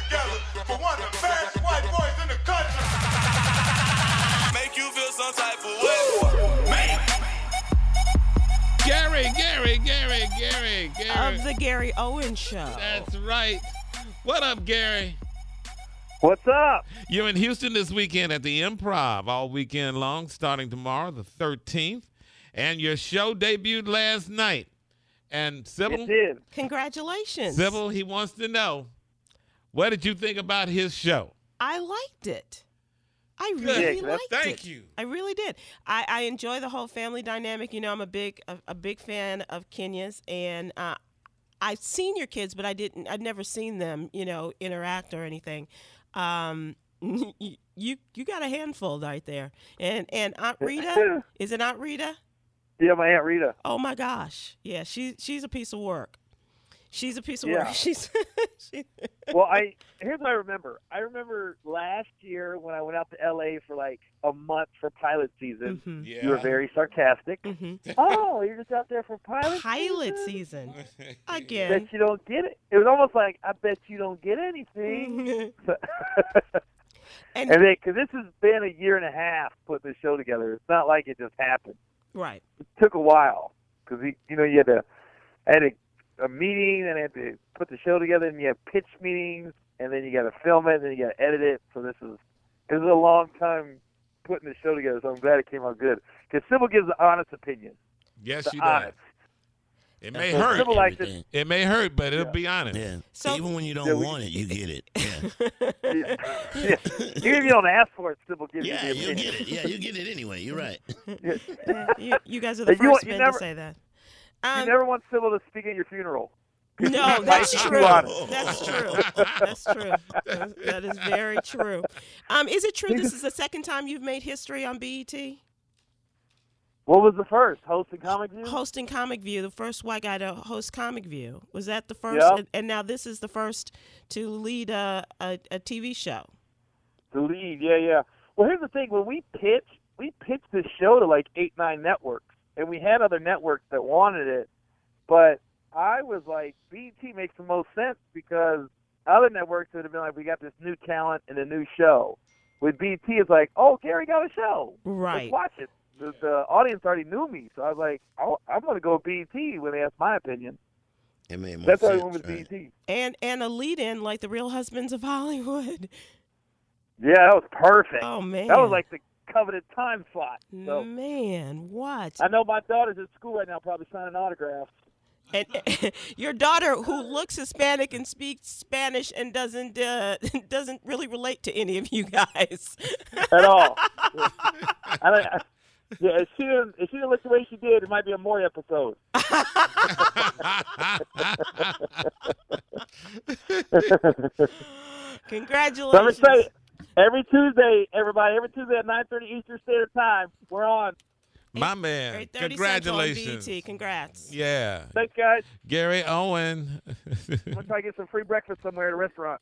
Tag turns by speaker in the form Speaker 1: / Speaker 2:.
Speaker 1: for one of the fairest white boys in the country.
Speaker 2: Make you feel some type of way.
Speaker 3: Gary, Gary, Gary, Gary, Gary.
Speaker 4: Of the Gary Owen Show.
Speaker 3: That's right. What up, Gary?
Speaker 5: What's up?
Speaker 3: You're in Houston this weekend at the Improv all weekend long, starting tomorrow, the 13th. And your show debuted last night. And Sybil,
Speaker 5: It did.
Speaker 4: Congratulations.
Speaker 3: Sybil, he wants to know, what did you think about his show?
Speaker 4: I liked it. I
Speaker 3: Good.
Speaker 4: really
Speaker 5: Yeah,
Speaker 4: liked it.
Speaker 3: Thank you.
Speaker 4: I really did. I, I enjoy the whole family dynamic. You know, I'm a big a, a big fan of Kenya's, and uh, I've seen your kids, but I didn't. I've never seen them. You know, interact or anything. Um, you you got a handful right there. And and Aunt Rita is it Aunt Rita?
Speaker 5: Yeah, my aunt Rita.
Speaker 4: Oh my gosh, yeah. She she's a piece of work. She's a piece of
Speaker 5: Yeah.
Speaker 4: work. She's she,
Speaker 5: Well, I here's what I remember. I remember last year when I went out to L.A. for like a month for pilot season.
Speaker 4: Mhm,
Speaker 3: Yeah.
Speaker 5: You were very sarcastic.
Speaker 4: mhm.
Speaker 5: oh, you're just out there for pilot
Speaker 4: pilot season
Speaker 5: Bet
Speaker 4: again.
Speaker 5: you don't get it. It was almost like I bet you don't get anything.
Speaker 4: and
Speaker 5: and then, because this has been a year and a half putting this show together, it's not like it just happened.
Speaker 4: right,
Speaker 5: took a while because you know you had to I had a, a meeting and I had to put the show together and you had pitch meetings and then you got to film it and then you got to edit it. So this is this is a long time putting the show together. So I'm glad it came out good because Sybil gives an honest opinion.
Speaker 3: Yes,
Speaker 5: The
Speaker 3: you did.
Speaker 5: honest.
Speaker 3: It may
Speaker 6: That's
Speaker 3: hurt.
Speaker 5: Sybil likes it.
Speaker 6: everything.
Speaker 3: It may hurt, but it'll
Speaker 5: Yeah.
Speaker 3: be honest.
Speaker 6: Yeah.
Speaker 4: So-
Speaker 6: Even when you don't
Speaker 5: Yeah, we-
Speaker 6: want it, you get it. Yeah.
Speaker 5: Yeah. Yeah. Even if you don't ask for it, Sybil gives
Speaker 6: yeah,
Speaker 5: you the
Speaker 6: you
Speaker 5: opinion.
Speaker 6: get it. Yeah, you get it anyway. You're right.
Speaker 4: you, you guys are the
Speaker 5: You want-
Speaker 4: first
Speaker 5: you
Speaker 4: men
Speaker 5: never-
Speaker 4: to say that.
Speaker 5: You
Speaker 4: Um,
Speaker 5: never want Sybil to speak at your funeral.
Speaker 4: no, that's
Speaker 5: Like, you
Speaker 4: true.
Speaker 5: want
Speaker 6: it.
Speaker 4: That's true. That's true. That's- That is very true. Um, is it true this is the second time you've made history on E BET
Speaker 5: What was the first hosting comic view?
Speaker 4: hosting Comic View? The first white guy to host Comic View was that the first?
Speaker 5: Yeah.
Speaker 4: And, and now this is the first to lead a a, a TV show.
Speaker 5: The lead, yeah, yeah. Well, here's the thing: when we pitched, we pitched this show to like eight, nine networks, and we had other networks that wanted it, but I was like, BT makes the most sense because other networks would have been like, we got this new talent and a new show. With BT, it's like, oh, Gary got a show.
Speaker 4: Right.
Speaker 5: Let's watch it. The, the audience already knew me, so I was like, i I'm going to go BT when they ask my opinion.
Speaker 6: It made more
Speaker 5: That's how I
Speaker 6: sense.
Speaker 5: went with
Speaker 6: right.
Speaker 5: BT.
Speaker 4: And and a lead in like the Real Husbands of Hollywood.
Speaker 5: Yeah, that was perfect.
Speaker 4: Oh man, Mm.
Speaker 5: that was like the coveted time slot. So.
Speaker 4: Man, what?
Speaker 5: I know my daughter's at school right now, probably signing autographs.
Speaker 4: And, your daughter, who looks Hispanic and speaks Spanish and doesn't uh, doesn't really relate to any of you guys.
Speaker 5: At all. I don't, I, yeah, if she didn't, if she didn't look the way she did, it might be a more episode.
Speaker 4: Congratulations!
Speaker 5: So I'm excited. Every Tuesday, everybody, every Tuesday at 9:30 Eastern Standard Time, we're on.
Speaker 3: My man,
Speaker 4: 8:30 Central on
Speaker 3: congratulations.
Speaker 4: BET. Congrats.
Speaker 3: Yeah.
Speaker 5: Thanks, guys.
Speaker 3: Gary Owen.
Speaker 5: I'm gonna try to get some free breakfast somewhere at a restaurant.